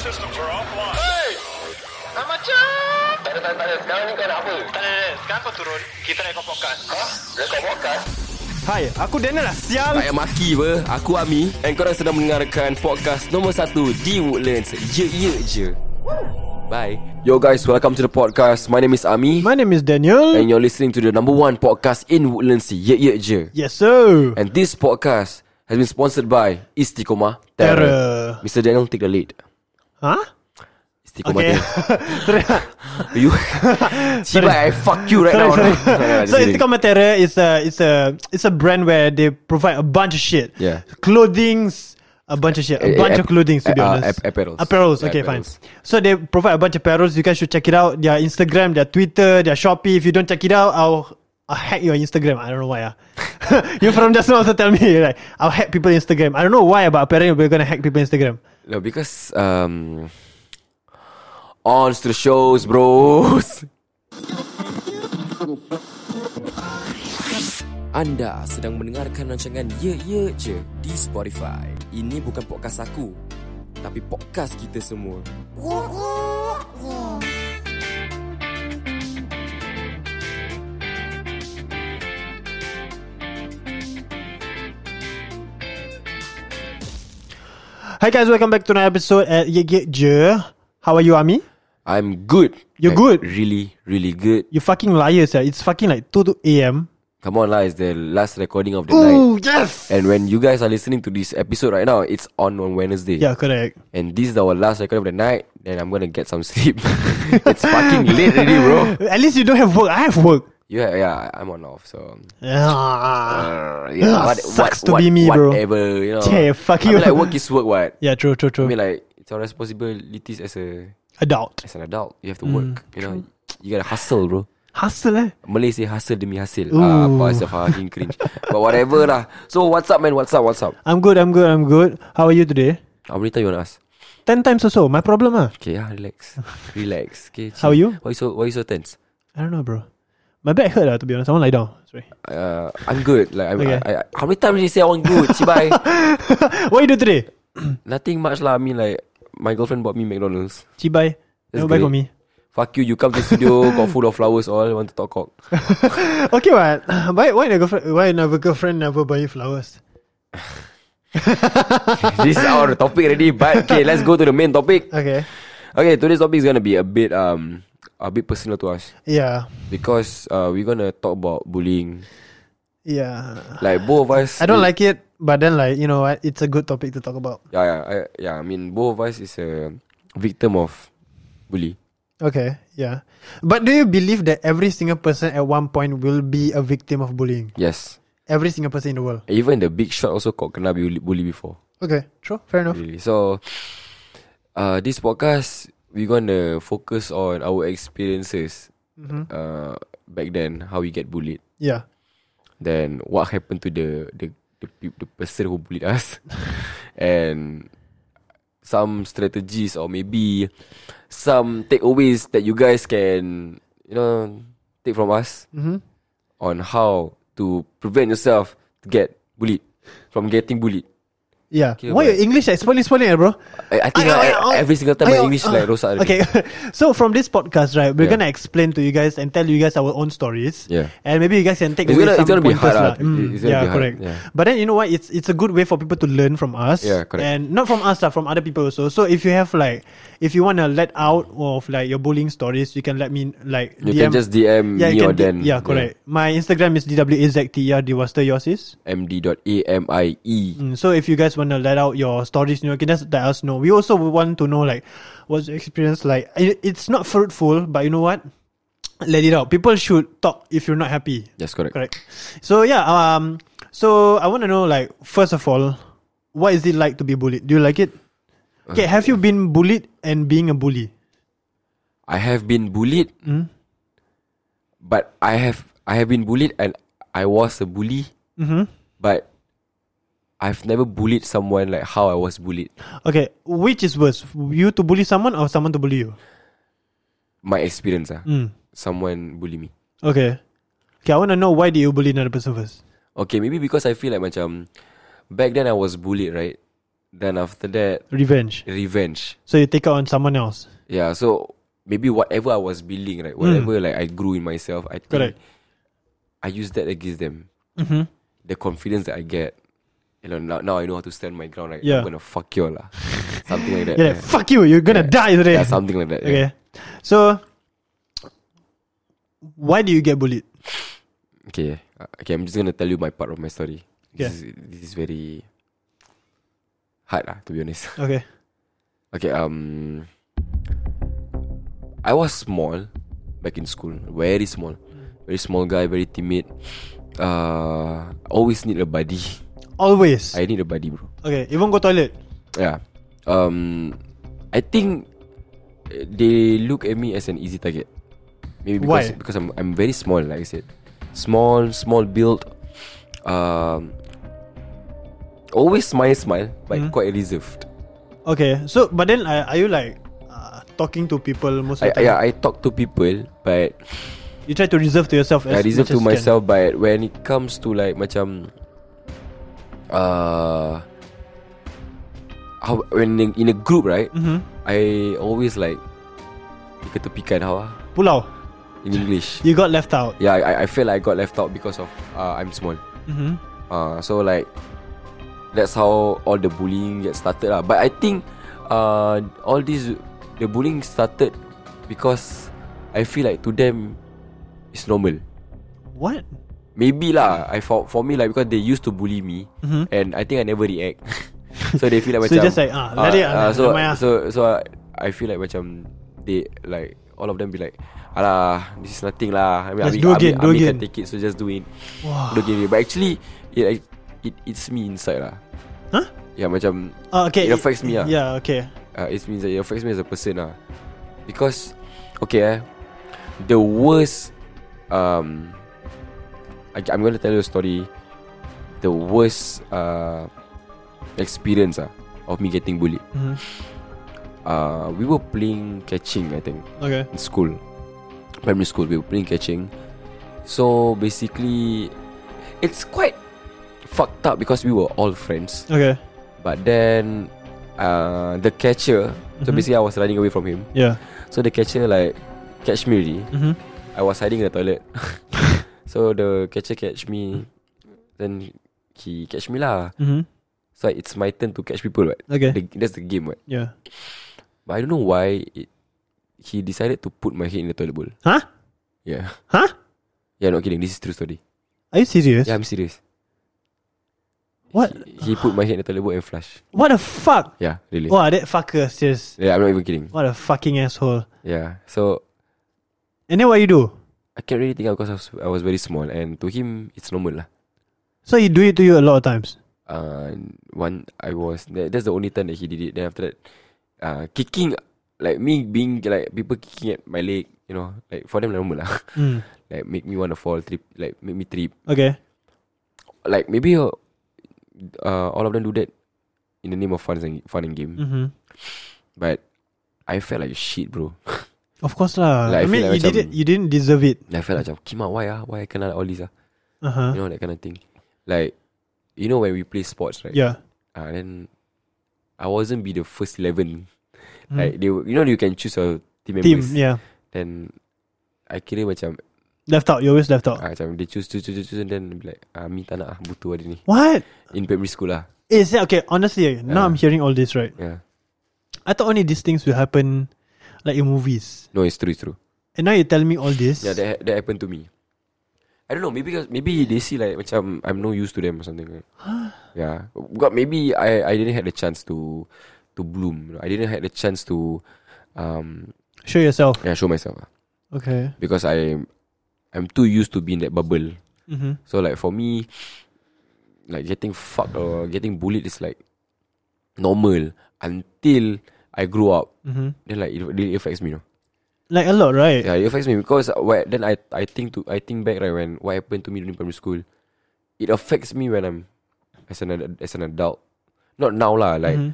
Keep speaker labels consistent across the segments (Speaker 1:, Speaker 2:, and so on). Speaker 1: systems are offline.
Speaker 2: Hey!
Speaker 3: Ah, macam.
Speaker 2: Tak ada, tak ada, tak ada. Sekarang ni kau nak apa?
Speaker 3: Tak ada, tak ada. Sekarang kau turun. Kita naik podcast.
Speaker 2: Ha? Rekod podcast?
Speaker 4: Hai, aku Daniel lah sial.
Speaker 5: Tak payah maki apa Aku Ami And korang sedang mendengarkan Podcast nombor 1 Di Woodlands Ye ye je Bye Yo guys Welcome to the podcast My name is Ami
Speaker 4: My name is Daniel.
Speaker 5: And you're listening to the number one podcast In Woodlands Ye ye je
Speaker 4: Yes sir.
Speaker 5: And this podcast Has been sponsored by Istiqomah Terror,
Speaker 4: Terror.
Speaker 5: Mr. Daniel take the lead
Speaker 4: Huh?
Speaker 5: Istiqomah
Speaker 4: Okay.
Speaker 5: Terror.
Speaker 4: sorry,
Speaker 5: You Cibai I fuck you right
Speaker 4: sorry,
Speaker 5: now
Speaker 4: sorry.
Speaker 5: No, no, no, just
Speaker 4: so
Speaker 5: kidding.
Speaker 4: Istiqomah Terror is a it's a it's a brand where they provide a bunch of shit.
Speaker 5: Yeah.
Speaker 4: Clothings, a bunch of shit, a
Speaker 5: Eh, eh,
Speaker 4: bunch of
Speaker 5: app-
Speaker 4: clothings to be
Speaker 5: eh, uh,
Speaker 4: honest.
Speaker 5: app- apparels.
Speaker 4: Apparels.
Speaker 5: Yeah,
Speaker 4: Okay,
Speaker 5: apparels.
Speaker 4: fine. So they provide a bunch of apparels. You guys should check it out. Their Instagram, their Twitter, their Shopee. If you don't check it out, I'll. I'll hack your Instagram. I don't know why. Ah, you from just now also tell me like I'll hack people Instagram. I don't know why, but apparently we're gonna hack people Instagram.
Speaker 5: No because um, On to the shows bros Anda sedang mendengarkan rancangan Ye Ye Je di Spotify. Ini bukan podcast aku, tapi podcast kita semua.
Speaker 4: Hi guys, welcome back to another episode at Ye Ye Je. How are you, Ami?
Speaker 5: I'm good.
Speaker 4: You're
Speaker 5: Like,
Speaker 4: good?
Speaker 5: Really, really good.
Speaker 4: You fucking liars, yeah. It's fucking like 2 to AM.
Speaker 5: Come on lah, it's the last recording of the night.
Speaker 4: Ooh, yes!
Speaker 5: And when you guys are listening to this episode right now, it's on on Wednesday.
Speaker 4: yeah, correct.
Speaker 5: And this is our last record of the night. Then I'm gonna get some sleep. it's fucking late already, bro.
Speaker 4: At least you don't have work. I have work.
Speaker 5: Yeah, yeah, I'm on off. So
Speaker 4: Yeah,
Speaker 5: Uh, yeah,
Speaker 4: Ugh, Ah, sucks to be me, bro.
Speaker 5: Whatever, you know.
Speaker 4: Yeah, fuck
Speaker 5: I
Speaker 4: you.
Speaker 5: Mean, like work is work, what?
Speaker 4: yeah true, true,
Speaker 5: I
Speaker 4: true.
Speaker 5: mean, like it's our responsibilities as a
Speaker 4: Adult.
Speaker 5: as an adult. You have to work.
Speaker 4: Mm,
Speaker 5: You know, you gotta hustle, bro.
Speaker 4: Hustle, eh?
Speaker 5: Malay say hustle demi hasil. Ah, boy, it's a fucking cringe. but whatever lah. So what's up, man? What's up? What's up?
Speaker 4: I'm good, I'm good, I'm good. How are you today?
Speaker 5: How many time you wanna ask?
Speaker 4: 10 times or so. My problem, ah.
Speaker 5: Okay, yeah, relax, relax. Okay,
Speaker 4: How
Speaker 5: chill.
Speaker 4: are you?
Speaker 5: Why you so Why you so tense?
Speaker 4: I don't know, bro. My back hurt, ah, to be honest. I want to lie down. Sorry.
Speaker 5: Uh, I'm good. Like I'm.
Speaker 4: Okay.
Speaker 5: I, I, how many times did you say I'm good? Chibai.
Speaker 4: what you do today?
Speaker 5: Nothing much lah. I mean, like my girlfriend bought me McDonald's.
Speaker 4: Chibai.
Speaker 5: That's
Speaker 4: Never buy
Speaker 5: great.
Speaker 4: for me.
Speaker 5: Fuck you, you come to studio Got full of flowers all Want to talk cock
Speaker 4: Okay, what? Why, why, the girlfriend, why never girlfriend never buy you flowers?
Speaker 5: This is our topic already But okay, let's go to the main topic
Speaker 4: Okay.
Speaker 5: Okay, today's topic is gonna be a bit um A bit personal to us
Speaker 4: Yeah.
Speaker 5: Because uh, we're gonna talk about bullying
Speaker 4: Yeah.
Speaker 5: Like both of us
Speaker 4: I don't like it, but then like you know what, it's a good topic to talk about.
Speaker 5: Yeah, yeah, I, yeah I mean both of us is a victim of bully
Speaker 4: Okay, yeah. But do you believe that every single person at one point will be a victim of bullying?
Speaker 5: Yes
Speaker 4: Every single person in the world.
Speaker 5: Even the big shot also got kena bully, bully before
Speaker 4: Okay, true, fair enough.
Speaker 5: Really So uh, This podcast We're gonna focus on our experiences
Speaker 4: Mhm.
Speaker 5: uh, Back then How we get bullied
Speaker 4: Yeah,
Speaker 5: then what happened to the the the, peop- the person who bullied us and some strategies or maybe some takeaways that you guys can you know take from us
Speaker 4: Mhm.
Speaker 5: on how to prevent yourself to get bullied from getting bullied
Speaker 4: yeah.
Speaker 5: Okay,
Speaker 4: Why
Speaker 5: but-
Speaker 4: your English like spoiling, spoiling, eh, bro?
Speaker 5: I, I think
Speaker 4: Ay, ay,
Speaker 5: like,
Speaker 4: ay,
Speaker 5: every single
Speaker 4: ay,
Speaker 5: time my
Speaker 4: ay,
Speaker 5: English
Speaker 4: ah.
Speaker 5: like rosak already.
Speaker 4: Okay, so from this podcast, right, we're
Speaker 5: Yeah.
Speaker 4: gonna explain to you guys and tell you guys our own stories.
Speaker 5: Yeah.
Speaker 4: And maybe you guys can take
Speaker 5: It's
Speaker 4: away
Speaker 5: gonna-
Speaker 4: some
Speaker 5: it's gonna be
Speaker 4: pointers
Speaker 5: hard,
Speaker 4: lah.
Speaker 5: ah. It's gonna
Speaker 4: yeah,
Speaker 5: be hard,
Speaker 4: correct.
Speaker 5: yeah.
Speaker 4: But then you know what? It's it's a good way for people to learn from us.
Speaker 5: Yeah, correct.
Speaker 4: And not from us, lah, from other people also. So if you have like, if you wanna let out of like your bullying stories, you can let me like.
Speaker 5: you
Speaker 4: DM.
Speaker 5: can just DM
Speaker 4: yeah,
Speaker 5: me
Speaker 4: you
Speaker 5: or
Speaker 4: can
Speaker 5: then
Speaker 4: yeah, correct. My Instagram is E dwazterdwaster. Yours is.
Speaker 5: md.amie
Speaker 4: Mm, so if you guys wanna let out your stories, you know, can just let us know. We also want to know like, what's your experience like? It, it's not fruitful, but you know what? Let it out. People should talk if you're not happy.
Speaker 5: yes correct,
Speaker 4: Correct. So yeah, um, so I want to know like first of all, what is it like to be bullied? Do you like it? Okay, have you been bullied and being a bully?
Speaker 5: I have been bullied, but I have I have been bullied and I was a bully,
Speaker 4: Mm-hmm.
Speaker 5: but I've never bullied someone like how I was bullied.
Speaker 4: Okay, which is worse, you to bully someone or someone to bully you?
Speaker 5: My experience, ah,
Speaker 4: Mm.
Speaker 5: someone bully me.
Speaker 4: Okay, okay, I want to know why did you bully another person first?
Speaker 5: Okay, maybe because I feel like macam back then I was bullied, right? Then after that,
Speaker 4: Revenge.
Speaker 5: revenge.
Speaker 4: So you take out on someone else.
Speaker 5: Yeah, so maybe whatever I was building, right, whatever like I grew in myself, I think
Speaker 4: Hmm. Correct. Mm-hmm.
Speaker 5: I use that against them. The confidence that I get, you know, now, now I know how to stand my ground. Like
Speaker 4: Yeah.
Speaker 5: I'm gonna fuck you lah, something like that.
Speaker 4: Yeah, like, fuck you. You're gonna die today.
Speaker 5: yeah, something like that.
Speaker 4: Okay.
Speaker 5: yeah.
Speaker 4: So, why do you get bullied?
Speaker 5: Okay. uh, Okay, I'm just gonna tell you my part of my story.
Speaker 4: Okay.
Speaker 5: This, is, this is very hard lah, to be honest.
Speaker 4: Okay.
Speaker 5: Okay, um I was small back in school. Very small. Very small guy, very timid. Uh always need a buddy.
Speaker 4: Always.
Speaker 5: I need a buddy, bro.
Speaker 4: okay. Even go toilet.
Speaker 5: Yeah. Um I think uh, they look at me as an easy target. Maybe because
Speaker 4: Why?
Speaker 5: because I'm I'm very small like I said. Small, small build. Um always smile smile but quite reserved.
Speaker 4: Okay. So, but then are, are you like uh, talking to people most
Speaker 5: I,
Speaker 4: of the time?
Speaker 5: yeah, I talk to people but
Speaker 4: You try to reserve to yourself. As
Speaker 5: I
Speaker 4: much
Speaker 5: reserve
Speaker 4: as
Speaker 5: to
Speaker 4: you can.
Speaker 5: myself but when it comes to like macam uh how when in, in a group right
Speaker 4: Mhm.
Speaker 5: I always like diketepikan how ah
Speaker 4: Pulau.
Speaker 5: in English
Speaker 4: You got left out.
Speaker 5: yeah, I, I feel like I got left out because of uh, I'm small.
Speaker 4: Mm-hmm.
Speaker 5: Uh, so like that's how all the bullying get started lah. But I think uh, all this the bullying started because I feel like to them it's normal.
Speaker 4: What?
Speaker 5: Maybe lah. I for for me like because they used to bully me
Speaker 4: Mhm.
Speaker 5: and I think I never react. so they feel like
Speaker 4: So you
Speaker 5: macam uh,
Speaker 4: just like, ah, let it, ah,
Speaker 5: so
Speaker 4: ramai ah.
Speaker 5: so so uh, I feel like macam they like all of them be like alah this is nothing lah. I mean,
Speaker 4: Just
Speaker 5: Ami,
Speaker 4: do again,
Speaker 5: Ami,
Speaker 4: do
Speaker 5: Ami
Speaker 4: again.
Speaker 5: can take it so just do it.
Speaker 4: Wow.
Speaker 5: Do again. But actually it it it's me inside lah.
Speaker 4: Huh?
Speaker 5: Yeah macam
Speaker 4: Ah, okay.
Speaker 5: It affects me, ah.
Speaker 4: Yeah. Okay.
Speaker 5: uh, it means that it affects me as a person lah. Because okay eh, the worst um I, I'm going to tell you a story the worst uh experience ah of me getting bullied.
Speaker 4: Mhm.
Speaker 5: Uh we were playing catching I think
Speaker 4: Okay.
Speaker 5: in school. Primary school we were playing catching. So basically it's quite fucked up because we were all friends.
Speaker 4: Okay.
Speaker 5: But then uh, the catcher, so
Speaker 4: Mhm.
Speaker 5: basically I was running away from him.
Speaker 4: Yeah.
Speaker 5: So the catcher like catch me already.
Speaker 4: Mm-hmm.
Speaker 5: I was hiding in the toilet. so the catcher catch me, then he catch me lah.
Speaker 4: Mm-hmm.
Speaker 5: So it's my turn to catch people, right?
Speaker 4: Okay.
Speaker 5: The, that's the game, right?
Speaker 4: Yeah.
Speaker 5: But I don't know why it, he decided to put my head in the toilet bowl.
Speaker 4: Huh?
Speaker 5: Yeah.
Speaker 4: Huh?
Speaker 5: Yeah, not kidding. This is true story.
Speaker 4: Are you serious?
Speaker 5: Yeah, I'm serious.
Speaker 4: What?
Speaker 5: He, he put my head in the toilet bowl and flush.
Speaker 4: What the fuck?
Speaker 5: Yeah, really.
Speaker 4: Wow, that fucker. Serious.
Speaker 5: Yeah, I'm not even kidding.
Speaker 4: What a fucking asshole.
Speaker 5: Yeah. So
Speaker 4: And then what you do?
Speaker 5: I can't really think out because I was, I was very small and to him it's normal lah.
Speaker 4: So he do it to you a lot of times.
Speaker 5: Uh, one I was that, that's the only time that he did it. Then after that, uh, kicking like me being like people kicking at my leg, you know, like for them normal lah.
Speaker 4: Mm.
Speaker 5: like make me want to fall, trip, like make me trip.
Speaker 4: Okay.
Speaker 5: Like maybe uh, uh, all of them do that in the name of fun and fun and game.
Speaker 4: Mm-hmm.
Speaker 5: But I felt like shit, bro.
Speaker 4: Of course lah.
Speaker 5: Like, I
Speaker 4: I mean,
Speaker 5: feel like
Speaker 4: you did
Speaker 5: macam-
Speaker 4: it. You didn't deserve it.
Speaker 5: I felt like macam, Kima, why ah? Why I kena all this ah?
Speaker 4: Uh huh.
Speaker 5: You know that kind of thing. Like, you know when we play sports, right?
Speaker 4: Yeah.
Speaker 5: Ah, then I wasn't be the first eleven.
Speaker 4: Mm-hmm.
Speaker 5: Like they, were- you know, you can choose a team
Speaker 4: Mm. Team.
Speaker 5: members.
Speaker 4: Yeah.
Speaker 5: Then I kira macam,
Speaker 4: Left out. You always left out.
Speaker 5: ah, macam they choose, choose, choose, choose, and then be like, ah, me tak nak ah, butuh hari ni.
Speaker 4: What?
Speaker 5: In primary school lah. Ya.
Speaker 4: Is that okay? Honestly, eh, now
Speaker 5: Yeah.
Speaker 4: I'm hearing all this right.
Speaker 5: Yeah.
Speaker 4: I thought only these things will happen, like in movies.
Speaker 5: No, it's true, it's true.
Speaker 4: And now you tell me all this.
Speaker 5: Yeah, that that happened to me. I don't know, maybe because maybe they see like macam I'm no use to them or something. Like. yeah, but maybe I I didn't have the chance to to bloom. you know. I didn't have the chance to um
Speaker 4: Show yourself.
Speaker 5: yeah show myself ah.
Speaker 4: Okay.
Speaker 5: because I I'm too used to being that bubble.
Speaker 4: Mm-hmm.
Speaker 5: So like for me, like getting fucked or getting bullied is like normal until I grew up.
Speaker 4: Mm-hmm.
Speaker 5: Then like it really affects me, no?
Speaker 4: Like a lot, right?
Speaker 5: Yeah, it affects me because what then I I think to I think back right when what happened to me during primary school, it affects me when I'm as an ad- as an adult. Not now lah, like
Speaker 4: Mhm.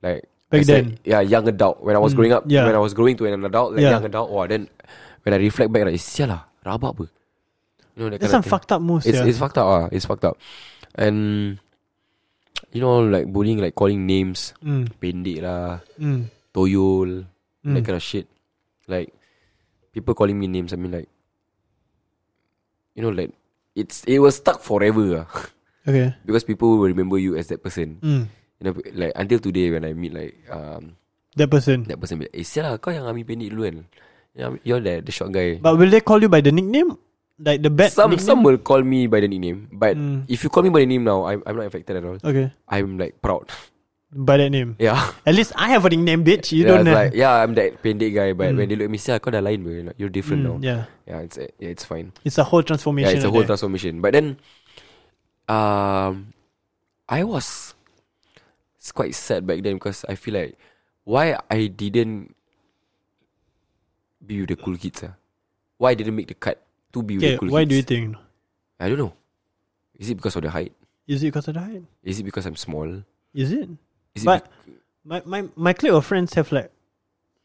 Speaker 5: like
Speaker 4: Back
Speaker 5: as a-
Speaker 4: then. Mm,
Speaker 5: yeah, young adult. When I was growing up,
Speaker 4: yeah.
Speaker 5: when I was growing to an adult, like
Speaker 4: Yeah.
Speaker 5: young adult. Or then when I reflect back, like sial lah, rabak apa. You know that
Speaker 4: That's some
Speaker 5: kind of thing.
Speaker 4: fucked up moves.
Speaker 5: It's
Speaker 4: yeah.
Speaker 5: it's fucked up ah. It's fucked up. And You know like bullying Like calling names
Speaker 4: Mm.
Speaker 5: Pendek lah
Speaker 4: Mm.
Speaker 5: Toyol
Speaker 4: Hmm.
Speaker 5: That kind of shit Like People calling me names I mean like You know like It's It was stuck forever lah
Speaker 4: Okay.
Speaker 5: Because people will remember you As that person
Speaker 4: Mm.
Speaker 5: you know, Like until today When I meet like um,
Speaker 4: That person.
Speaker 5: That person be like, Eh sial lah Kau yang ambil pendek dulu kan Yang- You're the, the short guy
Speaker 4: But will they call you by the nickname? Like the bad
Speaker 5: Some
Speaker 4: nickname?
Speaker 5: some will call me by the nickname, but
Speaker 4: Mm.
Speaker 5: if you call me by the name now, I'm I'm not affected at all.
Speaker 4: Okay.
Speaker 5: I'm like proud.
Speaker 4: By that name.
Speaker 5: yeah.
Speaker 4: At least I have a nickname, bitch. You
Speaker 5: yeah,
Speaker 4: don't
Speaker 5: it's
Speaker 4: have.
Speaker 5: like yeah, I'm that pendek guy, but when they look at me, say, "Kau dah lain, bro. Like, You're different now."
Speaker 4: Mm, yeah.
Speaker 5: yeah, it's uh, yeah, it's fine.
Speaker 4: It's a whole transformation.
Speaker 5: Yeah, it's a whole
Speaker 4: like that.
Speaker 5: transformation. But then, um, I was it's quite sad back then because I feel like why I didn't be with the cool kids. Ah, why I didn't make the cut to be with
Speaker 4: Okay,
Speaker 5: the cool
Speaker 4: why do you
Speaker 5: kids?
Speaker 4: think?
Speaker 5: I don't know. Is it because of the height?
Speaker 4: Is it because of the height?
Speaker 5: Is it because I'm small?
Speaker 4: Is it?
Speaker 5: Is it
Speaker 4: But my, my my clique of friends have like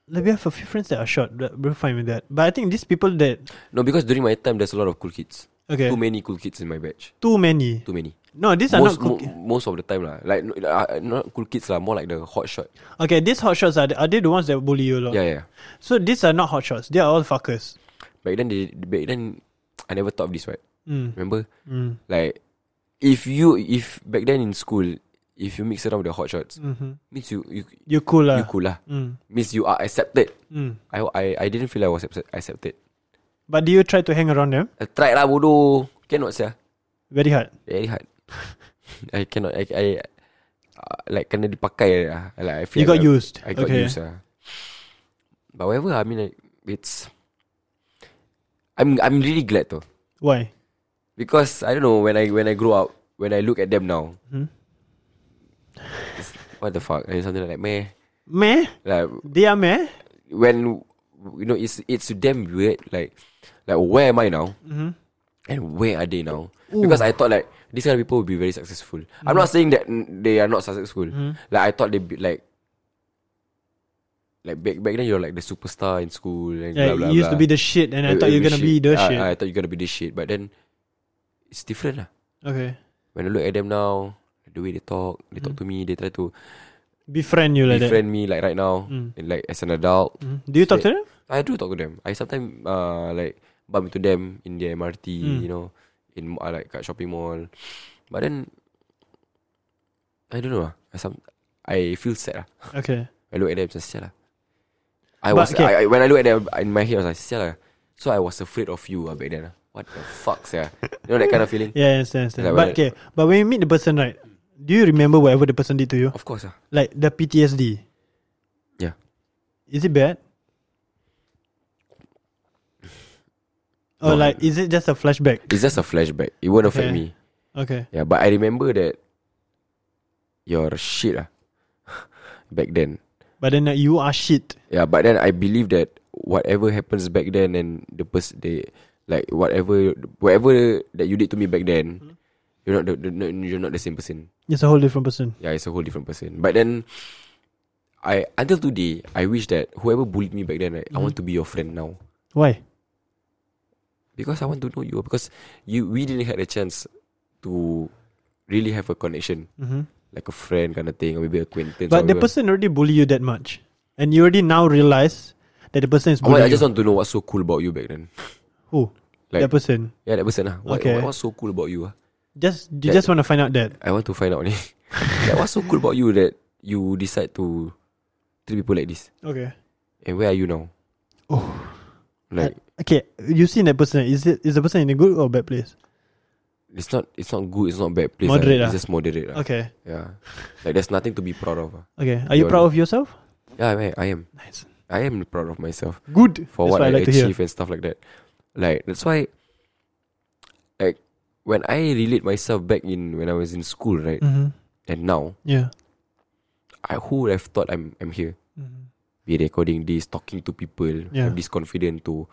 Speaker 4: like we have a few friends that are short. That we're fine with that. But I think these people that
Speaker 5: be- no, because during my time there's a lot of cool kids.
Speaker 4: okay
Speaker 5: Too many cool kids in my batch.
Speaker 4: too many.
Speaker 5: Too many.
Speaker 4: No, these are
Speaker 5: Most
Speaker 4: not cool.
Speaker 5: mo- most of the time lah. Like no- uh, not cool kids lah. More like the hot shot.
Speaker 4: ki- okay, these hot shots are are they the ones that bully you a lot?
Speaker 5: Yeah, yeah.
Speaker 4: So these are not hot shots. They are all fuckers.
Speaker 5: Back then, they, back then, I never thought of this. Right?
Speaker 4: Mm.
Speaker 5: Remember?
Speaker 4: Mm.
Speaker 5: Like, if you if back then in school, if you mix around with the hot shots,
Speaker 4: Mm-hmm.
Speaker 5: means you you
Speaker 4: You cool lah.
Speaker 5: you cool lah.
Speaker 4: Mm.
Speaker 5: Means you are accepted.
Speaker 4: Mm.
Speaker 5: I I I didn't feel I was accept- accepted.
Speaker 4: But do you try to hang around them?
Speaker 5: I tried lah, bodoh. Cannot sih.
Speaker 4: Very hard.
Speaker 5: Very hard. I cannot. I, I uh, like kena dipakai lah. Like, I
Speaker 4: You
Speaker 5: feel
Speaker 4: got
Speaker 5: like I-
Speaker 4: used.
Speaker 5: I got
Speaker 4: Okay.
Speaker 5: used lah. But whatever, I mean, like, it's. I'm I'm really glad though
Speaker 4: Why?
Speaker 5: because I don't know when I when I grow up when I look at them now. it's- What the fuck? Like, something like meh.
Speaker 4: Meh?
Speaker 5: Like
Speaker 4: They are meh?
Speaker 5: when you know it's it's damn weird. Like like where am I now?
Speaker 4: Mm-hmm.
Speaker 5: And where are they now? Because I thought like these kind of people will be very successful. I'm not saying that mm, they are not successful.
Speaker 4: Mm.
Speaker 5: Like I thought they be like like back back then you're like the superstar in school and
Speaker 4: Yeah,
Speaker 5: blah blah.
Speaker 4: you used
Speaker 5: blah.
Speaker 4: to be the shit and I
Speaker 5: Uh,
Speaker 4: thought you're
Speaker 5: uh,
Speaker 4: gonna be the
Speaker 5: I,
Speaker 4: shit.
Speaker 5: I thought you're gonna be the shit, but then it's different lah.
Speaker 4: okay.
Speaker 5: When I look at them now, the way they talk, they talk to me, they try to
Speaker 4: Befriend you Mm. like Mm.
Speaker 5: befriend me like right now, and like as an adult.
Speaker 4: that. Mm. Do you talk to them?
Speaker 5: I do talk to them. I sometimes uh, like bump into them in the MRT,
Speaker 4: Hmm.
Speaker 5: you know, in uh, like kat shopping mall. But then I don't know. ah. I some I feel sad lah.
Speaker 4: Okay.
Speaker 5: I look at them macam sial lah. I
Speaker 4: But,
Speaker 5: was
Speaker 4: okay.
Speaker 5: I, I, when I look at them in my head I was like sial lah. So I was afraid of you ah back then. ah. What the fuck sia? You know that kind of feeling?
Speaker 4: Yeah, I understand, understand.
Speaker 5: Like
Speaker 4: but
Speaker 5: when-
Speaker 4: okay. But when you meet the person, right? Do you remember whatever the person did to you?
Speaker 5: Of course ah.
Speaker 4: Like the PTSD.
Speaker 5: Yeah.
Speaker 4: Is it bad? Or
Speaker 5: No.
Speaker 4: like is it just a flashback?
Speaker 5: It's just a flashback. It won't affect
Speaker 4: Okay.
Speaker 5: me.
Speaker 4: Okay.
Speaker 5: Yeah, but I remember that you're shit ah back then.
Speaker 4: But then like, you are shit.
Speaker 5: Yeah, but then I believe that whatever happens back then and the person they like whatever whatever that you did to me back then,
Speaker 4: Mm-hmm.
Speaker 5: you're not the, the, no, you're not the same person.
Speaker 4: It's a whole different person.
Speaker 5: Yeah, it's a whole different person. But then I until today I wish that whoever bullied me back then, right, I
Speaker 4: Mm-hmm.
Speaker 5: want to be your friend now
Speaker 4: Why?
Speaker 5: because I want to know you because you we didn't had a chance to really have a connection.
Speaker 4: Mm-hmm.
Speaker 5: Like a friend kind of thing, or maybe acquaintance. or
Speaker 4: But the
Speaker 5: whatever.
Speaker 4: person already bully you that much, and you already now realize that the person is
Speaker 5: I, want,
Speaker 4: bullying
Speaker 5: I Oh, just
Speaker 4: you.
Speaker 5: want to know what's so cool about you back then.
Speaker 4: Who?
Speaker 5: Like-
Speaker 4: that person.
Speaker 5: Yeah, that person lah. What,
Speaker 4: Okay.
Speaker 5: what, what's so cool about you ah?
Speaker 4: Just you
Speaker 5: that-
Speaker 4: just want to find out that.
Speaker 5: I want to find out ni. like, what's so cool about you that you decide to treat people like this?
Speaker 4: Okay.
Speaker 5: And where are you now?
Speaker 4: Oh.
Speaker 5: Like
Speaker 4: Okay. You seen that person? Is it is the person in a good or bad place?
Speaker 5: it's not it's not good, it's not bad place.
Speaker 4: Moderate
Speaker 5: lah.
Speaker 4: lah.
Speaker 5: It's just moderate lah.
Speaker 4: Okay.
Speaker 5: Yeah. Like there's nothing to be proud of. lah.
Speaker 4: Okay. Are you
Speaker 5: You're-
Speaker 4: proud of yourself?
Speaker 5: Yeah, I, I am.
Speaker 4: Nice.
Speaker 5: I am proud of myself
Speaker 4: Good.
Speaker 5: for
Speaker 4: That's
Speaker 5: what,
Speaker 4: I like to hear.
Speaker 5: achieve and stuff like that. Like that's why like when I relate myself back in when I was in school, right?
Speaker 4: Mm-hmm.
Speaker 5: And now,
Speaker 4: Yeah.
Speaker 5: I who would have thought I'm I'm here.
Speaker 4: Mm-hmm.
Speaker 5: be recording this, talking to people,
Speaker 4: Yeah.
Speaker 5: I'm this confident to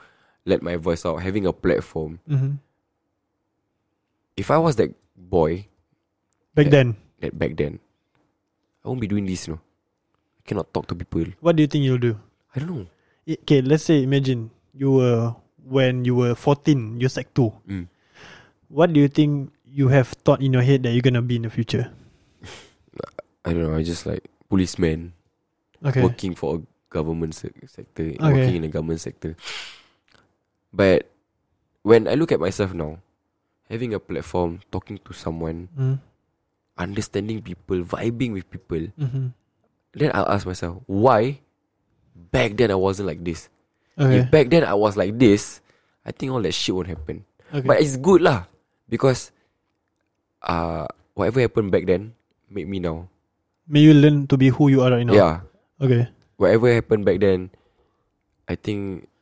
Speaker 5: let my voice out, having a platform.
Speaker 4: Mm-hmm.
Speaker 5: If I was that boy
Speaker 4: Back then,
Speaker 5: that back then, I won't be doing this, you know. I cannot talk to people.
Speaker 4: what do you think you'll do?
Speaker 5: I don't know.
Speaker 4: I- Okay, let's say imagine you were when you were 14, you're sec 2.
Speaker 5: Mm.
Speaker 4: What do you think you have thought in your head that you're gonna be in the future?
Speaker 5: I don't know. I just like policeman
Speaker 4: Okay.
Speaker 5: working for a government se- sector,
Speaker 4: Okay.
Speaker 5: working in the government sector. But when I look at myself now, having a platform, talking to someone,
Speaker 4: Mm.
Speaker 5: understanding people, vibing with people,
Speaker 4: Mm-hmm.
Speaker 5: then I'll ask myself, why back then I wasn't like this?
Speaker 4: Okay.
Speaker 5: If back then I was like this, I think all that shit won't happen.
Speaker 4: Okay.
Speaker 5: But it's good lah because uh whatever happened back then made me now.
Speaker 4: May you learn to be who you are right now.
Speaker 5: Yeah.
Speaker 4: Okay.
Speaker 5: Whatever happened back then, I think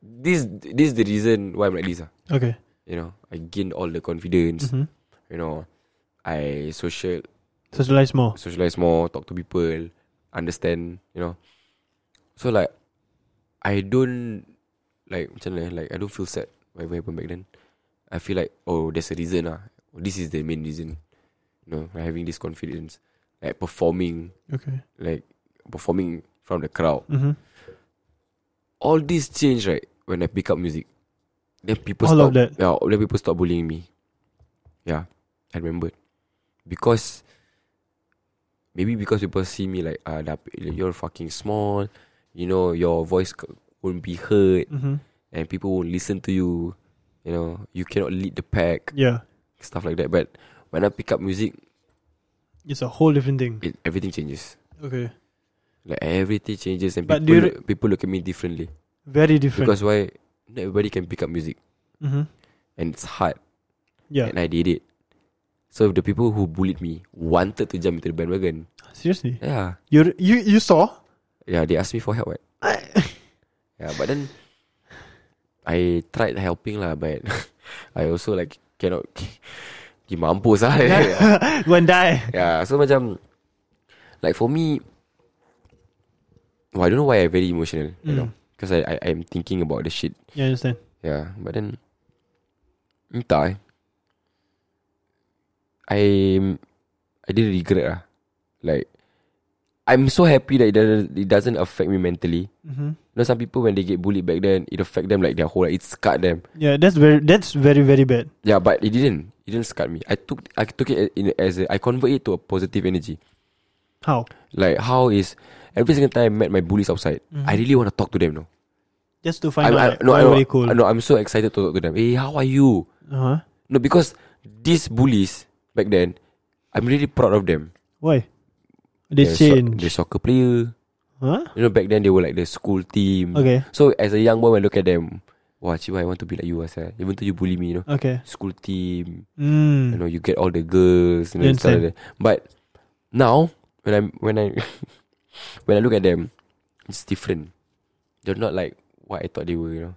Speaker 5: this this is the reason why I'm like this. ah.
Speaker 4: Okay.
Speaker 5: You know, I gained all the confidence.
Speaker 4: Mhm.
Speaker 5: You know, I social
Speaker 4: Socialize more.
Speaker 5: socialize more, talk to people, understand, you know. So like I don't like macam mana eh, like I don't feel sad whatever happened back then. I feel like oh there's a reason lah. This is the main reason. You know, like having this confidence. Like performing,
Speaker 4: Okay.
Speaker 5: like performing from the crowd.
Speaker 4: Mm-hmm.
Speaker 5: All this change right when I pick up music. Then people
Speaker 4: All of
Speaker 5: stop
Speaker 4: that.
Speaker 5: Yeah, then people stop bullying me. Yeah. I remembered. Because maybe because people see me like ah dah, you're fucking small, you know, your voice c- won't be heard
Speaker 4: Mm-hmm.
Speaker 5: and people won't listen to you. You know, you cannot lead the pack,
Speaker 4: Yeah.
Speaker 5: stuff like that. But when I pick up music,
Speaker 4: It's a whole different thing.
Speaker 5: it, everything changes.
Speaker 4: Okay.
Speaker 5: Like everything changes and
Speaker 4: But
Speaker 5: people,
Speaker 4: do you
Speaker 5: look, people look at me differently.
Speaker 4: Very different.
Speaker 5: Because why not everybody can pick up music
Speaker 4: mm-hmm.
Speaker 5: and it's hard.
Speaker 4: Yeah.
Speaker 5: And I did it. So if the people who bullied me wanted to jump into the bandwagon,
Speaker 4: Seriously.
Speaker 5: yeah.
Speaker 4: You you you saw?
Speaker 5: Yeah, they asked me for help, right? yeah, but then I tried helping lah, but I also like cannot gi mampus lah. yeah.
Speaker 4: When die.
Speaker 5: so macam like for me, well, I don't know why I very emotional, you know, because I, I I'm thinking about the shit.
Speaker 4: Yeah, I understand.
Speaker 5: Yeah, but then entah. eh. I I didn't regret lah. Like I'm so happy that it doesn't, it doesn't affect me mentally.
Speaker 4: Mm-hmm.
Speaker 5: You know, some people when they get bullied back then, it affect them like their whole life. It scarred them.
Speaker 4: Yeah, that's very that's very very bad.
Speaker 5: Yeah, but it didn't. It didn't scar me. I took I took it in, as a, I convert it to a positive energy.
Speaker 4: How?
Speaker 5: Like how is every single time I met my bullies outside, I really want to talk to them. No,
Speaker 4: Just to Mm-hmm. find
Speaker 5: I'm,
Speaker 4: out
Speaker 5: I, no,
Speaker 4: what
Speaker 5: I, no,
Speaker 4: were they cool.
Speaker 5: I, no, I'm so excited to talk to them. Hey, how are you?
Speaker 4: Uh-huh.
Speaker 5: No, because these bullies back then, I'm really proud of them.
Speaker 4: Why? They
Speaker 5: They're so-
Speaker 4: change.
Speaker 5: they're soccer player.
Speaker 4: huh?
Speaker 5: You know, back then they were like the school team.
Speaker 4: Okay.
Speaker 5: So as a young boy, I look at them. Wow, Chiwa, I want to be like you, Asa. Even though you bully me, you know.
Speaker 4: Okay.
Speaker 5: School team. You
Speaker 4: Mm.
Speaker 5: know, you get all the girls. You know,
Speaker 4: Yeah,
Speaker 5: stuff like that. But now, when I when I when I look at them, it's different. They're not like what I thought they were. You know,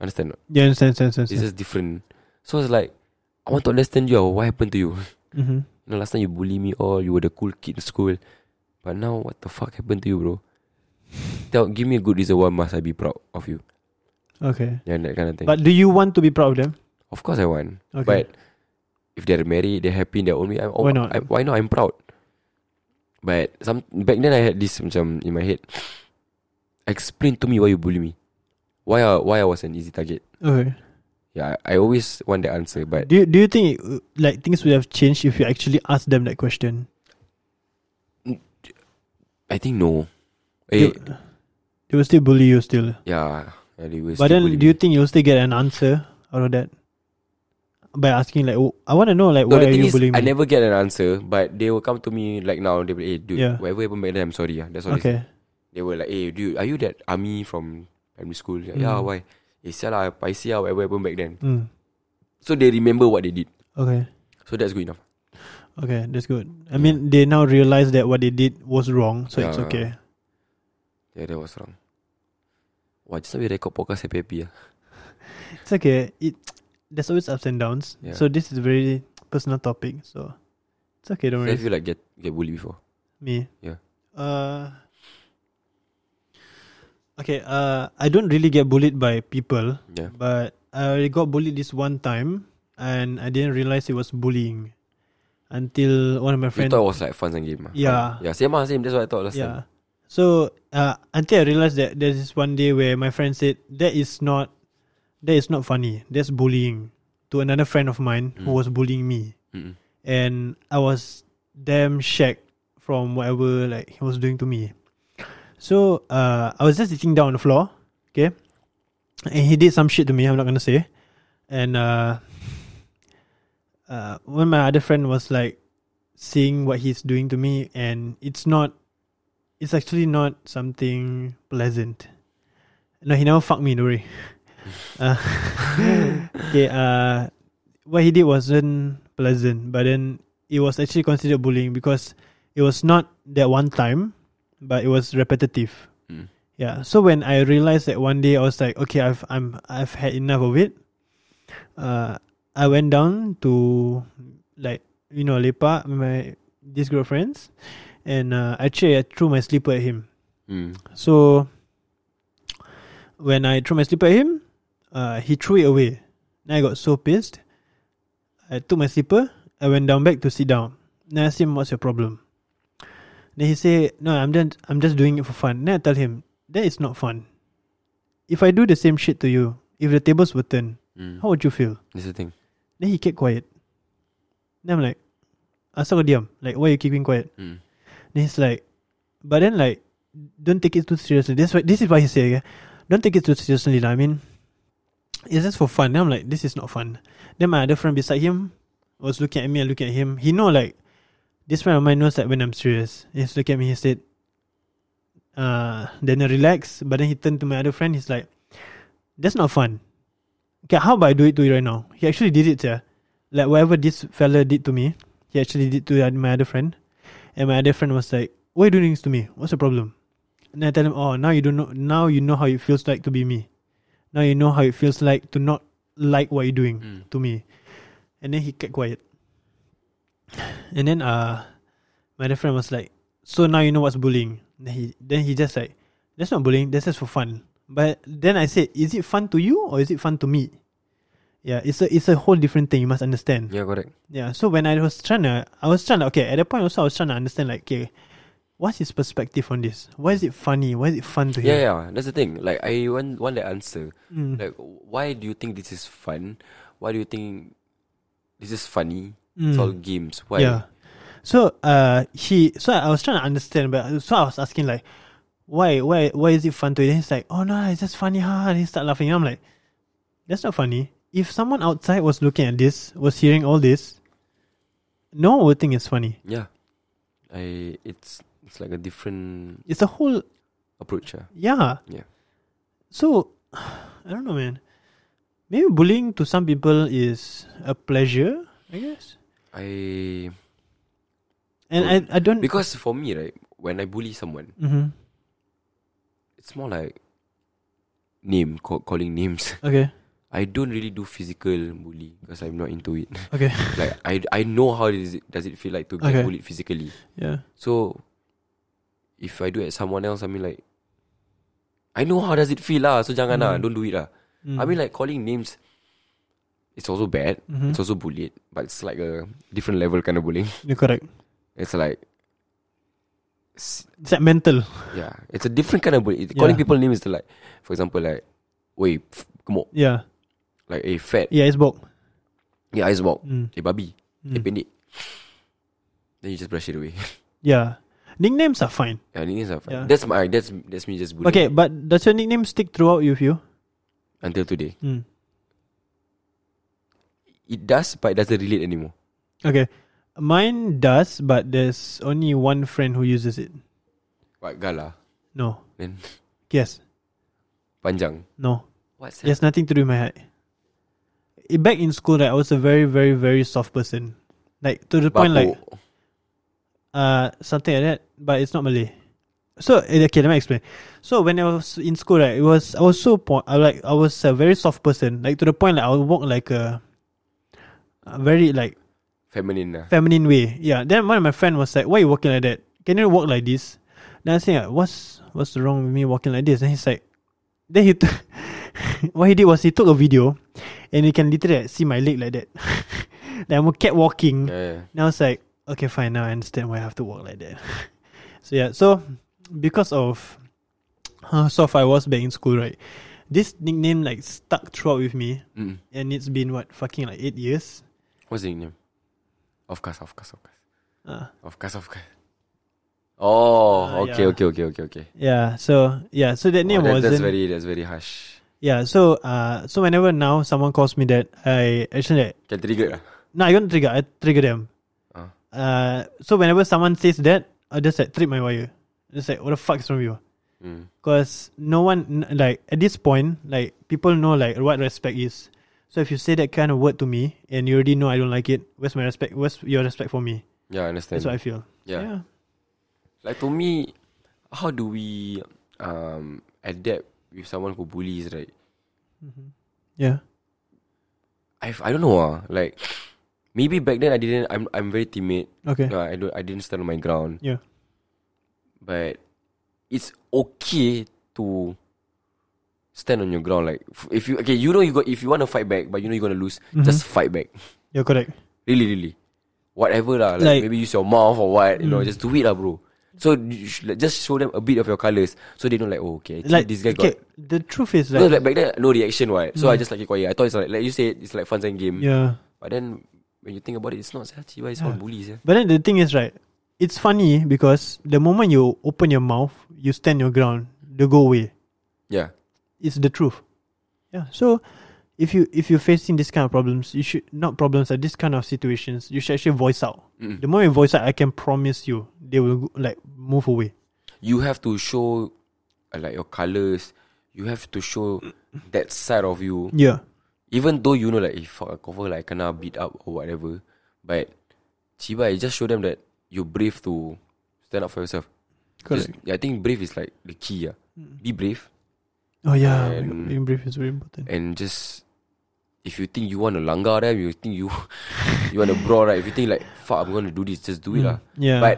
Speaker 5: understand? Not?
Speaker 4: Yeah, understand, understand, understand.
Speaker 5: It's just different. So it's like I want to understand you. What happened to you?
Speaker 4: mm-hmm.
Speaker 5: You know, last time you bully me all, you were the cool kid in school. But now, what the fuck happened to you, bro? Tell, give me a good reason why must I be proud of you?
Speaker 4: Okay.
Speaker 5: Yeah, that kind of thing.
Speaker 4: But do you want to be proud of them?
Speaker 5: of course, I want.
Speaker 4: Okay.
Speaker 5: But if they're married, they're happy in their own way. I'm, oh,
Speaker 4: Why not?
Speaker 5: I, why not? I'm proud. But some back then, I had this macam in my head. Explain to me why you bully me. Why? I, why I was an easy target?
Speaker 4: okay.
Speaker 5: Yeah, I, I always want the answer, but
Speaker 4: Do you, do you think uh, like things would have changed if you actually asked them that question?
Speaker 5: I think no.
Speaker 4: They,
Speaker 5: Eh,
Speaker 4: they will still bully you still.
Speaker 5: yeah. yeah, they will
Speaker 4: but
Speaker 5: still
Speaker 4: then
Speaker 5: bully
Speaker 4: do you
Speaker 5: me.
Speaker 4: think you'll still get an answer out of that? By asking like, oh, I want to know like
Speaker 5: No,
Speaker 4: why
Speaker 5: the
Speaker 4: are
Speaker 5: thing
Speaker 4: you
Speaker 5: is,
Speaker 4: bullying me?
Speaker 5: I never get an answer, but they will come to me like now. They will, hey, dude,
Speaker 4: Yeah.
Speaker 5: whatever happened back then, I'm sorry. ah. That's all. they say.
Speaker 4: okay.
Speaker 5: They were like, hey, dude, are you that army from primary school? Like,
Speaker 4: Mm.
Speaker 5: Yeah, why? Hey, sial lah, paisi lah, whatever happened back then.
Speaker 4: Mm.
Speaker 5: So they remember what they did.
Speaker 4: Okay.
Speaker 5: So that's good enough.
Speaker 4: Okay, that's good. I mean, they now realize that what they did was wrong, so it's
Speaker 5: Yeah.
Speaker 4: okay.
Speaker 5: Yeah, that was wrong. Why just now we record podcast happy happy ah.
Speaker 4: It's okay. It there's always ups and downs.
Speaker 5: Yeah.
Speaker 4: So this is a very personal topic. So it's okay. Don't
Speaker 5: So
Speaker 4: worry.
Speaker 5: Have you like get get bullied before?
Speaker 4: Me.
Speaker 5: Yeah.
Speaker 4: Uh. Okay. Uh, I don't really get bullied by people,
Speaker 5: Yeah.
Speaker 4: but I got bullied this one time, and I didn't realize it was bullying until one of my
Speaker 5: You
Speaker 4: friends.
Speaker 5: thought it was like fun and game ah.
Speaker 4: Yeah.
Speaker 5: Yeah, same ah, same. That's what I thought last
Speaker 4: Yeah.
Speaker 5: time.
Speaker 4: So uh, until I realized that there's this one day where my friend said that is not that is not funny. That's bullying to another
Speaker 5: Mm.
Speaker 4: friend of mine who was bullying me,
Speaker 5: Mm-mm.
Speaker 4: and I was damn shacked from whatever like he was doing to me. So uh, I was just sitting down on the floor, okay, and he did some shit to me. I'm not gonna say. And uh, uh, when my other friend was like seeing what he's doing to me, and it's not, it's actually not something pleasant. No, he never fucked me, don't worry. Uh, okay, uh, what he did wasn't pleasant, but then it was actually considered bullying because it was not that one time, but it was repetitive.
Speaker 5: Mm.
Speaker 4: Yeah. So when I realized that one day I was like, okay, I've I'm I've had enough of it. Uh, I went down to like you know lepak with my these girlfriends, and uh, actually I threw my slipper at him.
Speaker 5: Mm.
Speaker 4: So when I threw my slipper at him, uh, he threw it away. Then I got so pissed. I took my slipper. I went down back to sit down. Then I asked him, "What's your problem?" Then he said, "No, I'm just I'm just doing it for fun." Then I tell him, "That is not fun. If I do the same shit to you, if the tables were turned,
Speaker 5: Mm.
Speaker 4: how would you feel?"
Speaker 5: That's the thing.
Speaker 4: Then he kept quiet. Then I'm like, asal kau diam? Like, why you keeping quiet?
Speaker 5: Mm.
Speaker 4: Then he's like, but then like, don't take it too seriously. This why this is why he say, yeah? don't take it too seriously. lah. I mean, it's just for fun. Then I'm like, this is not fun. Then my other friend beside him was looking at me and looking at him. He know like, this friend of mine knows that when I'm serious. He's looking at me. He said, uh, then I relax. But then he turned to my other friend. He's like, that's not fun. Okay, how about I do it to you right now? He actually did it, yeah like whatever this fella did to me, he actually did to the- my other friend. And my other friend was like, Why are you doing this to me? What's the problem? And I tell him, Oh, now you don't know now you know how it feels like to be me. Now you know how it feels like to not like what you're doing to me. And then he kept quiet. And then uh my other friend was like, So now you know what's bullying. Then he then he just like, That's not bullying, that's just for fun. But then I said, Is it fun to you or is it fun to me? Yeah, it's a it's a whole different thing you must understand.
Speaker 5: Yeah, correct.
Speaker 4: Yeah. So when I was trying to, I was trying to, okay, at that point also I was trying to understand like, okay, what's his perspective on this? Why is it funny? Why is it fun to
Speaker 5: Yeah,
Speaker 4: him?
Speaker 5: yeah. That's the thing. Like I want want the answer.
Speaker 4: Mm.
Speaker 5: Like why do you think this is fun? Why do you think this is funny? It's all games.
Speaker 4: Mm.
Speaker 5: Why?
Speaker 4: Yeah. So uh, he, so I was trying to understand, but so I was asking like, why, why, why is it fun to you? Then he's like, oh no, it's just funny, ha. And he start laughing. And I'm like, that's not funny. If someone outside was looking at this, was hearing all this, no one would think it's funny.
Speaker 5: Yeah. I it's it's like a different
Speaker 4: It's a whole
Speaker 5: approach. Yeah.
Speaker 4: Yeah.
Speaker 5: Yeah.
Speaker 4: So, I don't know, man. Maybe bullying to some people is a pleasure, I guess.
Speaker 5: I
Speaker 4: And I, I don't.
Speaker 5: because for me right, when I bully someone,
Speaker 4: Mhm.
Speaker 5: it's more like name call, calling names.
Speaker 4: Okay.
Speaker 5: I don't really do physical bully because I'm not into it.
Speaker 4: Okay.
Speaker 5: like I I know how does it does it feel like to get
Speaker 4: Okay.
Speaker 5: bullied physically.
Speaker 4: yeah.
Speaker 5: So if I do it at someone else, I mean like I know how does it feel lah. So jangan
Speaker 4: Mm-hmm.
Speaker 5: lah, don't do it lah.
Speaker 4: Mm.
Speaker 5: I mean like calling names. It's also bad.
Speaker 4: Mm-hmm.
Speaker 5: It's also bullied, but it's like a different level kind of bullying.
Speaker 4: You're correct.
Speaker 5: It's like, it's,
Speaker 4: It's like mental.
Speaker 5: yeah, it's a different kind of bullying. Calling
Speaker 4: Yeah.
Speaker 5: people names is like, for example, like, wait, gemuk,
Speaker 4: Yeah.
Speaker 5: like, eh, fat,
Speaker 4: Yeah, it's bok.
Speaker 5: yeah, eyes walk,
Speaker 4: Mm.
Speaker 5: eh, babi,
Speaker 4: Mm.
Speaker 5: eh, pendek. Then you just brush it away.
Speaker 4: Yeah. Nicknames are fine.
Speaker 5: yeah, nicknames are
Speaker 4: Yeah.
Speaker 5: fine. That's my, that's that's me just bullying.
Speaker 4: Okay, but does your nickname stick throughout with you?
Speaker 5: until today.
Speaker 4: Mm.
Speaker 5: It does, but it doesn't relate anymore.
Speaker 4: Okay. Mine does, but there's only one friend who uses it.
Speaker 5: What gala?
Speaker 4: No.
Speaker 5: Then
Speaker 4: Yes.
Speaker 5: panjang.
Speaker 4: No.
Speaker 5: What's
Speaker 4: It has nothing to do with my height. Eh, Back in school, right, I was a very, very, very soft person. Like to the point, like uh something like that, but it's not Malay. So eh, okay, let me explain. So when I was in school, right, it was I was so po- I like I was a very soft person, like to the point, like I would walk like a, a very like
Speaker 5: feminine lah.
Speaker 4: feminine way. Yeah. Then one of my friend was like, "Why you walking like that? Can you walk like this?" Then I said, like, "What's what's wrong with me walking like this?" And he's like, "Then he took what he did was he took a video, and you can literally like, see my leg like that. then I kept walking.
Speaker 5: Yeah, yeah.
Speaker 4: Now it's like, okay, fine. Now I understand why I have to walk like that. so yeah, so because of how soft I was back in school, right? This nickname like stuck throughout with me,
Speaker 5: Mm.
Speaker 4: and it's been what fucking like eight years.
Speaker 5: What's the name? Of course, of course, of course.
Speaker 4: Ah.
Speaker 5: Of course, of course. Oh,
Speaker 4: Ah,
Speaker 5: okay,
Speaker 4: yeah.
Speaker 5: okay, okay, okay, okay.
Speaker 4: Yeah, so yeah, so that name
Speaker 5: Oh, that,
Speaker 4: wasn't.
Speaker 5: that's very that's very harsh.
Speaker 4: yeah, so uh, so whenever now someone calls me that, I actually
Speaker 5: Can trigger lah.
Speaker 4: no, I don't trigger. I trigger them.
Speaker 5: Ah.
Speaker 4: Uh, so whenever someone says that, I just like trip my wire. Just like what the fuck is wrong with you?
Speaker 5: Mm.
Speaker 4: Cause no one n- like at this point, like people know like what respect is. So if you say that kind of word to me and you already know I don't like it, where's my respect? Where's your respect for me?
Speaker 5: Yeah, I understand.
Speaker 4: That's what I feel.
Speaker 5: Yeah. Like to me, how do we um adapt with someone who bullies, right?
Speaker 4: Yeah.
Speaker 5: I I don't know ah. Like maybe back then I didn't. I'm I'm very timid.
Speaker 4: Okay.
Speaker 5: No, I don't. I didn't stand on my ground.
Speaker 4: Yeah.
Speaker 5: But it's okay to stand on your ground. Like f- if you okay, you know you got if you want to fight back, but you know you're gonna lose.
Speaker 4: Mm-hmm.
Speaker 5: Just fight back.
Speaker 4: You're correct.
Speaker 5: Really, really. Whatever lah. Like,
Speaker 4: Like- Mm.
Speaker 5: maybe use your mouth or what. You know, just do it lah, bro. So you sh- like, just show them a bit of your colors, so they know like oh okay, actually
Speaker 4: Like
Speaker 5: this guy
Speaker 4: okay,
Speaker 5: got.
Speaker 4: the truth is like,
Speaker 5: No,
Speaker 4: Mm.
Speaker 5: like back then no reaction why? So I just like it quiet. I thought it's like like you said it's like fun and game.
Speaker 4: yeah.
Speaker 5: But then when you think about it, it's not such why it's all bullies. Eh?
Speaker 4: But then the thing is right, it's funny because the moment you open your mouth, you stand your ground, they go away.
Speaker 5: Yeah.
Speaker 4: It's the truth. Yeah. So if you if you're facing this kind of problems, you should not problems like this kind of situations, you should actually voice out.
Speaker 5: Mm.
Speaker 4: The moment you voice out, I can promise you they will go, like move away.
Speaker 5: You have to show uh, like your colors. You have to show that side of you.
Speaker 4: Yeah.
Speaker 5: Even though you know like if I cover like kena beat up or whatever, but Chiba, just show them that you're brave to stand up for yourself.
Speaker 4: Correct.
Speaker 5: Just- yeah, I think brave is like the key. Yeah. Be brave
Speaker 4: Oh yeah,
Speaker 5: And-
Speaker 4: being brief is very important.
Speaker 5: and just if you think you want to langar them, you think you you want to brawl right. If you think like fuck, I'm gonna do this, just do it lah.
Speaker 4: Mm. Yeah.
Speaker 5: But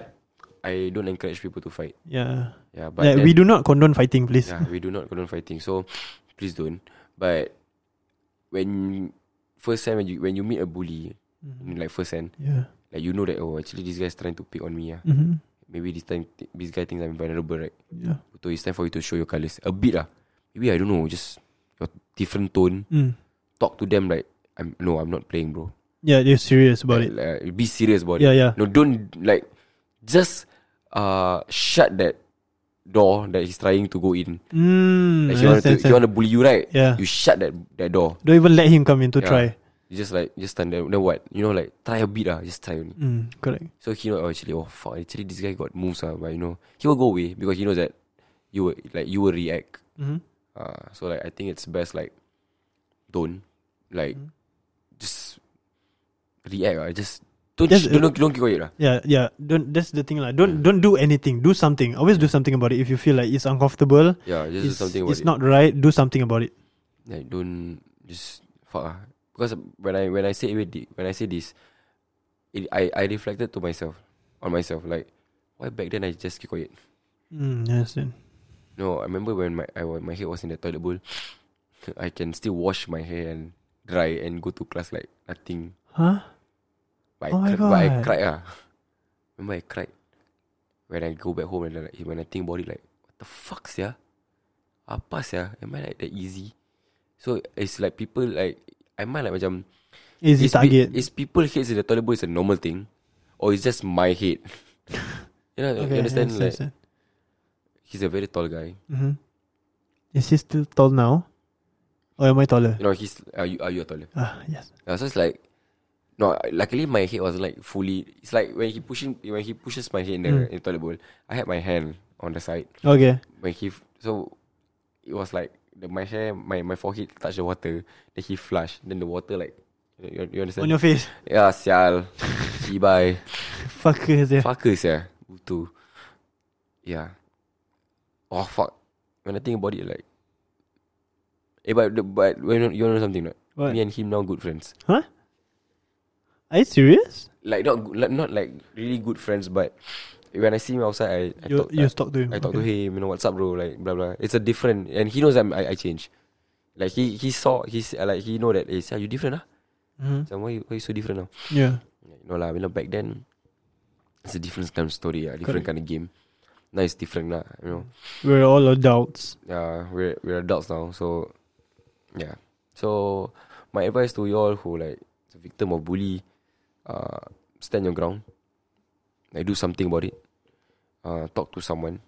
Speaker 5: I don't encourage people to fight.
Speaker 4: Yeah.
Speaker 5: Yeah, but
Speaker 4: Like,
Speaker 5: then-
Speaker 4: we do not condone fighting, please.
Speaker 5: yeah, we do not condone fighting. So please don't. But when first time when you when you meet a bully,
Speaker 4: Mm-hmm.
Speaker 5: like first hand,
Speaker 4: Yeah.
Speaker 5: like you know that oh actually this guy's trying to pick on me. Yeah.
Speaker 4: Mm-hmm.
Speaker 5: Maybe this time th- this guy thinks I'm vulnerable, right?
Speaker 4: Yeah.
Speaker 5: So it's time for you to show your colours a bit lah. Maybe I don't know, just your different tone.
Speaker 4: Mm.
Speaker 5: Talk to them like I'm no, I'm not playing, bro.
Speaker 4: Yeah, they're serious about it.
Speaker 5: Like, like, be serious about
Speaker 4: Yeah,
Speaker 5: it.
Speaker 4: yeah.
Speaker 5: No, don't like just uh shut that door that he's trying to go in.
Speaker 4: Mm, I
Speaker 5: Like he want to
Speaker 4: understand,
Speaker 5: he want to bully you, right?
Speaker 4: Yeah.
Speaker 5: You shut that that door.
Speaker 4: Don't even let him come in to
Speaker 5: Yeah.
Speaker 4: try.
Speaker 5: You just like just stand there. Then what? You know, like try a bit ah, just try. Only.
Speaker 4: Mm, correct.
Speaker 5: So he know oh, actually oh fuck actually this guy got moves ah, but you know he will go away because he knows that you will like you will react.
Speaker 4: Mhm.
Speaker 5: Uh, so like I think it's best like don't like just react ah. Just don't
Speaker 4: Mm-hmm. Just, uh,
Speaker 5: don't, don't, don't keep quiet ah. lah.
Speaker 4: Yeah, yeah. Don't that's the thing like don't don't do anything. Do something. Always do something about it. If you feel like it's uncomfortable,
Speaker 5: Yeah, just do
Speaker 4: it's,
Speaker 5: something about
Speaker 4: it's
Speaker 5: it.
Speaker 4: not right, do something about it.
Speaker 5: like don't just fuck ah. Because when I when I say it, when I say this, it, I I reflected to myself on myself like why back then I just keep quiet.
Speaker 4: Mm, I understand.
Speaker 5: No, I remember when my I, wa- my hair was in the toilet bowl. I can still wash my hair and dry and go to class like nothing.
Speaker 4: Huh?
Speaker 5: But I,
Speaker 4: Oh my
Speaker 5: cr- but I
Speaker 4: God.
Speaker 5: cried ah. Remember I cried when I go back home and like when I think about it like what the fuck yeah, apa yeah? Am I like that easy? So it's like people like I might like macam
Speaker 4: Easy
Speaker 5: is, pe-
Speaker 4: target.
Speaker 5: is people heads in the toilet bowl is a normal thing, or it's just my head? you know, uh, you understand?
Speaker 4: I
Speaker 5: like
Speaker 4: understand.
Speaker 5: he's a very tall guy.
Speaker 4: Mhm. Is he still tall now? Or am I taller?
Speaker 5: You know, he's are you are you a taller?
Speaker 4: Ah, yes.
Speaker 5: Yeah, so it's like no. Luckily, my head was like fully. It's like when he pushing when he pushes my head in the,
Speaker 4: Hmm.
Speaker 5: in the toilet bowl. I had my hand on the side
Speaker 4: Okay.
Speaker 5: when he f- so it was like the, my hair my my forehead touched the water. Then he flushed. Then the water like you, you
Speaker 4: On
Speaker 5: understand?
Speaker 4: your face.
Speaker 5: yeah, sial, bye.
Speaker 4: Fuckers, yeah.
Speaker 5: Fuckers yeah Butuh Yeah Oh fuck When I think about it like Eh but the- But you know, you know something not?
Speaker 4: What?
Speaker 5: Me and him now good friends
Speaker 4: Huh? Are you serious?
Speaker 5: Like not good- like, Not like Really good friends but When I see him outside I, I
Speaker 4: You
Speaker 5: talk
Speaker 4: you
Speaker 5: I,
Speaker 4: talk to him.
Speaker 5: I talk to
Speaker 4: okay.
Speaker 5: him You know what's up bro Like blah blah It's a different And he knows I'm, I, I change Like he He saw he's, uh, Like he know that Eh sial, you different lah
Speaker 4: Mhm.
Speaker 5: so, why, you- why you so different now
Speaker 4: Yeah.
Speaker 5: Like, no lah, you know, back then it's a different kind of story, ah, different kind of game. Now it's different lah, you know.
Speaker 4: We're all adults.
Speaker 5: Yeah, we're we're adults now, so yeah. So my advice to you all who like is a victim of bully, uh, stand your ground. Like do something about it. uh, talk to someone,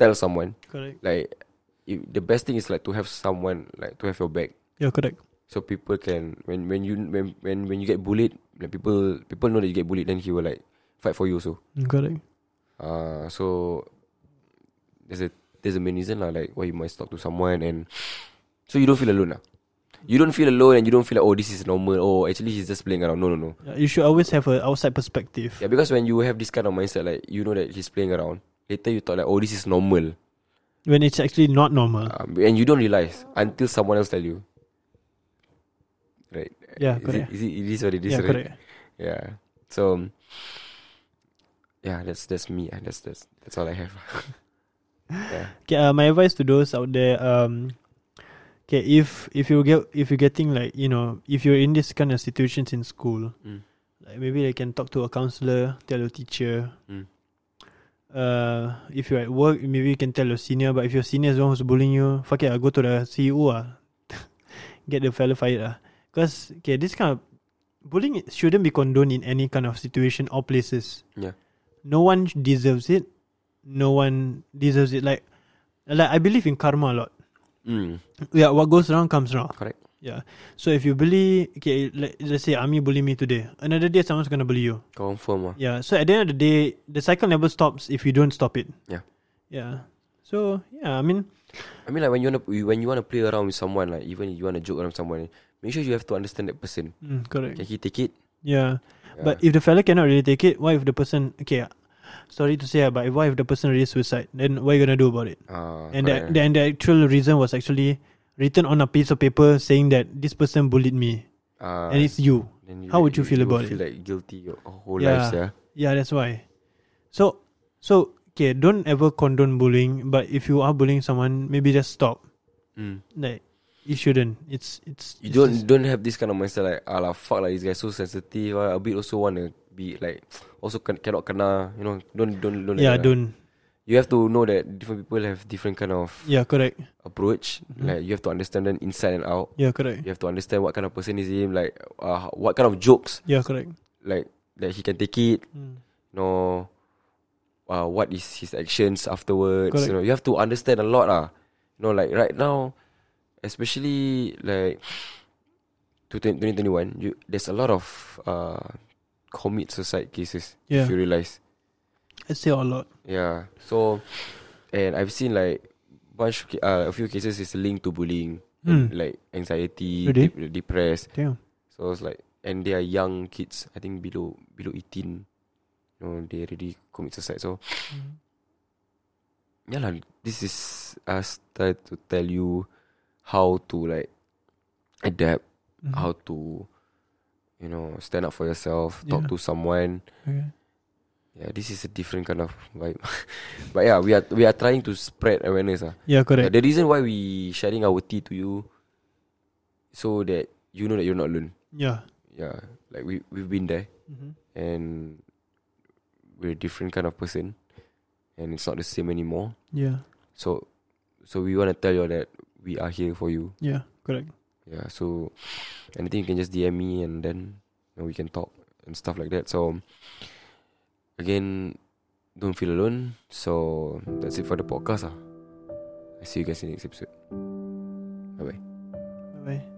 Speaker 5: tell someone.
Speaker 4: Correct.
Speaker 5: Like if, the best thing is like to have someone like to have your back.
Speaker 4: Yeah, correct.
Speaker 5: So people can when when you when when when you get bullied, like people people know that you get bullied, then he will like fight for you also.
Speaker 4: Mm, Correct.
Speaker 5: Uh, so there's a there's a main reason lah, like why you must talk to someone and so you don't feel alone lah. You don't feel alone and you don't feel like oh this is normal. Oh actually he's just playing around. No no no.
Speaker 4: Yeah, you should always have an outside perspective.
Speaker 5: Yeah, because when you have this kind of mindset, like you know that he's playing around. Later you thought like oh this is normal,
Speaker 4: When it's actually not normal.
Speaker 5: um, and you don't realize until someone else tell you. Right.
Speaker 4: Yeah,
Speaker 5: Is
Speaker 4: correct.
Speaker 5: It, is it, it is what it is.
Speaker 4: yeah,
Speaker 5: right?
Speaker 4: correct.
Speaker 5: Yeah. So. um, Yeah, that's that's me. ah. That's that's that's all I have.
Speaker 4: Okay, uh, my advice to those out there, um, okay, if if you get if you're getting like you know if you're in this kind of situations in school,
Speaker 5: Mm.
Speaker 4: like maybe they can talk to a counselor, tell your teacher.
Speaker 5: Mm.
Speaker 4: Uh, if you're at work, maybe you can tell your senior. But if your senior is the one who's bullying you, fuck it, I go to the CEO ah, get the fella fired ah. Cause okay, this kind of bullying shouldn't be condoned in any kind of situation or places.
Speaker 5: Yeah.
Speaker 4: No one deserves it. No one deserves it. Like like I believe in karma a lot.
Speaker 5: Mm.
Speaker 4: Yeah, what goes around comes around.
Speaker 5: Correct.
Speaker 4: Yeah. So if you bully, okay, let, let's say Ami bully me today. Another day, someone's gonna bully you.
Speaker 5: Confirm ah.
Speaker 4: Yeah. So at the end of the day, the cycle never stops if you don't stop it.
Speaker 5: Yeah.
Speaker 4: Yeah. So yeah, I mean,
Speaker 5: I mean like when you wanna when you wanna play around with someone like even you wanna joke around with someone, make sure you have to understand that person.
Speaker 4: mm, correct.
Speaker 5: Can he take it?
Speaker 4: Yeah. But if the fella cannot really take it, what if the person? Okay, sorry to say, ah, but what if the person really suicide? Then what you gonna do about it?
Speaker 5: Uh,
Speaker 4: And
Speaker 5: correct,
Speaker 4: the, then the actual reason was actually written on a piece of paper saying that this person bullied me,
Speaker 5: uh,
Speaker 4: and it's you.
Speaker 5: then
Speaker 4: how would you feel
Speaker 5: will
Speaker 4: about it?
Speaker 5: Feel like guilty your whole
Speaker 4: Yeah.
Speaker 5: life, yeah.
Speaker 4: Yeah, that's why. So, so okay, don't ever condone bullying. But if you are bullying someone, maybe just stop.
Speaker 5: Mm.
Speaker 4: Like, you shouldn't. It's it's. it's
Speaker 5: You don't
Speaker 4: just-
Speaker 5: don't have this kind of mindset like ah lah, fuck like this guy so sensitive. ah, a bit also wanna be like also can, cannot kena. You know don't don't don't. like
Speaker 4: yeah,
Speaker 5: that
Speaker 4: don't.
Speaker 5: lah. You have to know that different people have different kind of
Speaker 4: Yeah, Mm-hmm. correct.
Speaker 5: approach. Like you have to understand them inside and out.
Speaker 4: Yeah, correct.
Speaker 5: You have to understand what kind of person is him. Like uh, what kind of jokes
Speaker 4: Yeah, correct.
Speaker 5: like that he can take it.
Speaker 4: Mm.
Speaker 5: You know uh, what is his actions afterwards.
Speaker 4: Correct.
Speaker 5: You know you have to understand a lot ah. You know like right now, especially like 2021, you, there's a lot of uh, commit suicide cases.
Speaker 4: Yeah.
Speaker 5: If you realize.
Speaker 4: I say a lot.
Speaker 5: Yeah. So, and I've seen like bunch of ca- uh, a few cases is linked to bullying, and,
Speaker 4: Hmm.
Speaker 5: like anxiety,
Speaker 4: Really?
Speaker 5: dep- depressed.
Speaker 4: Damn.
Speaker 5: So it's like, and they are young kids. I think below below eighteen, you know, they already commit suicide. So, yeah lah. This is us try to tell you how to like adapt,
Speaker 4: Mhm.
Speaker 5: how to, you know, stand up for yourself, talk
Speaker 4: Yeah.
Speaker 5: to someone.
Speaker 4: Okay.
Speaker 5: Yeah, this is a different kind of vibe. but yeah, we are we are trying to spread awareness. Ah.
Speaker 4: Yeah,
Speaker 5: Yeah,
Speaker 4: correct.
Speaker 5: the reason why we sharing our tea to you so that you know that you're not alone.
Speaker 4: Yeah.
Speaker 5: Yeah. Like we we've been there
Speaker 4: Mhm.
Speaker 5: and we're a different kind of person and it's not the same anymore.
Speaker 4: Yeah.
Speaker 5: So so we wanna tell you that we are here for you.
Speaker 4: Yeah. Correct.
Speaker 5: Yeah. So anything you can just DM me and then you know, we can talk and stuff like that. So again, don't feel alone. So that's it for the podcast. Ah. I see you guys in the next episode. Bye bye.
Speaker 4: Bye.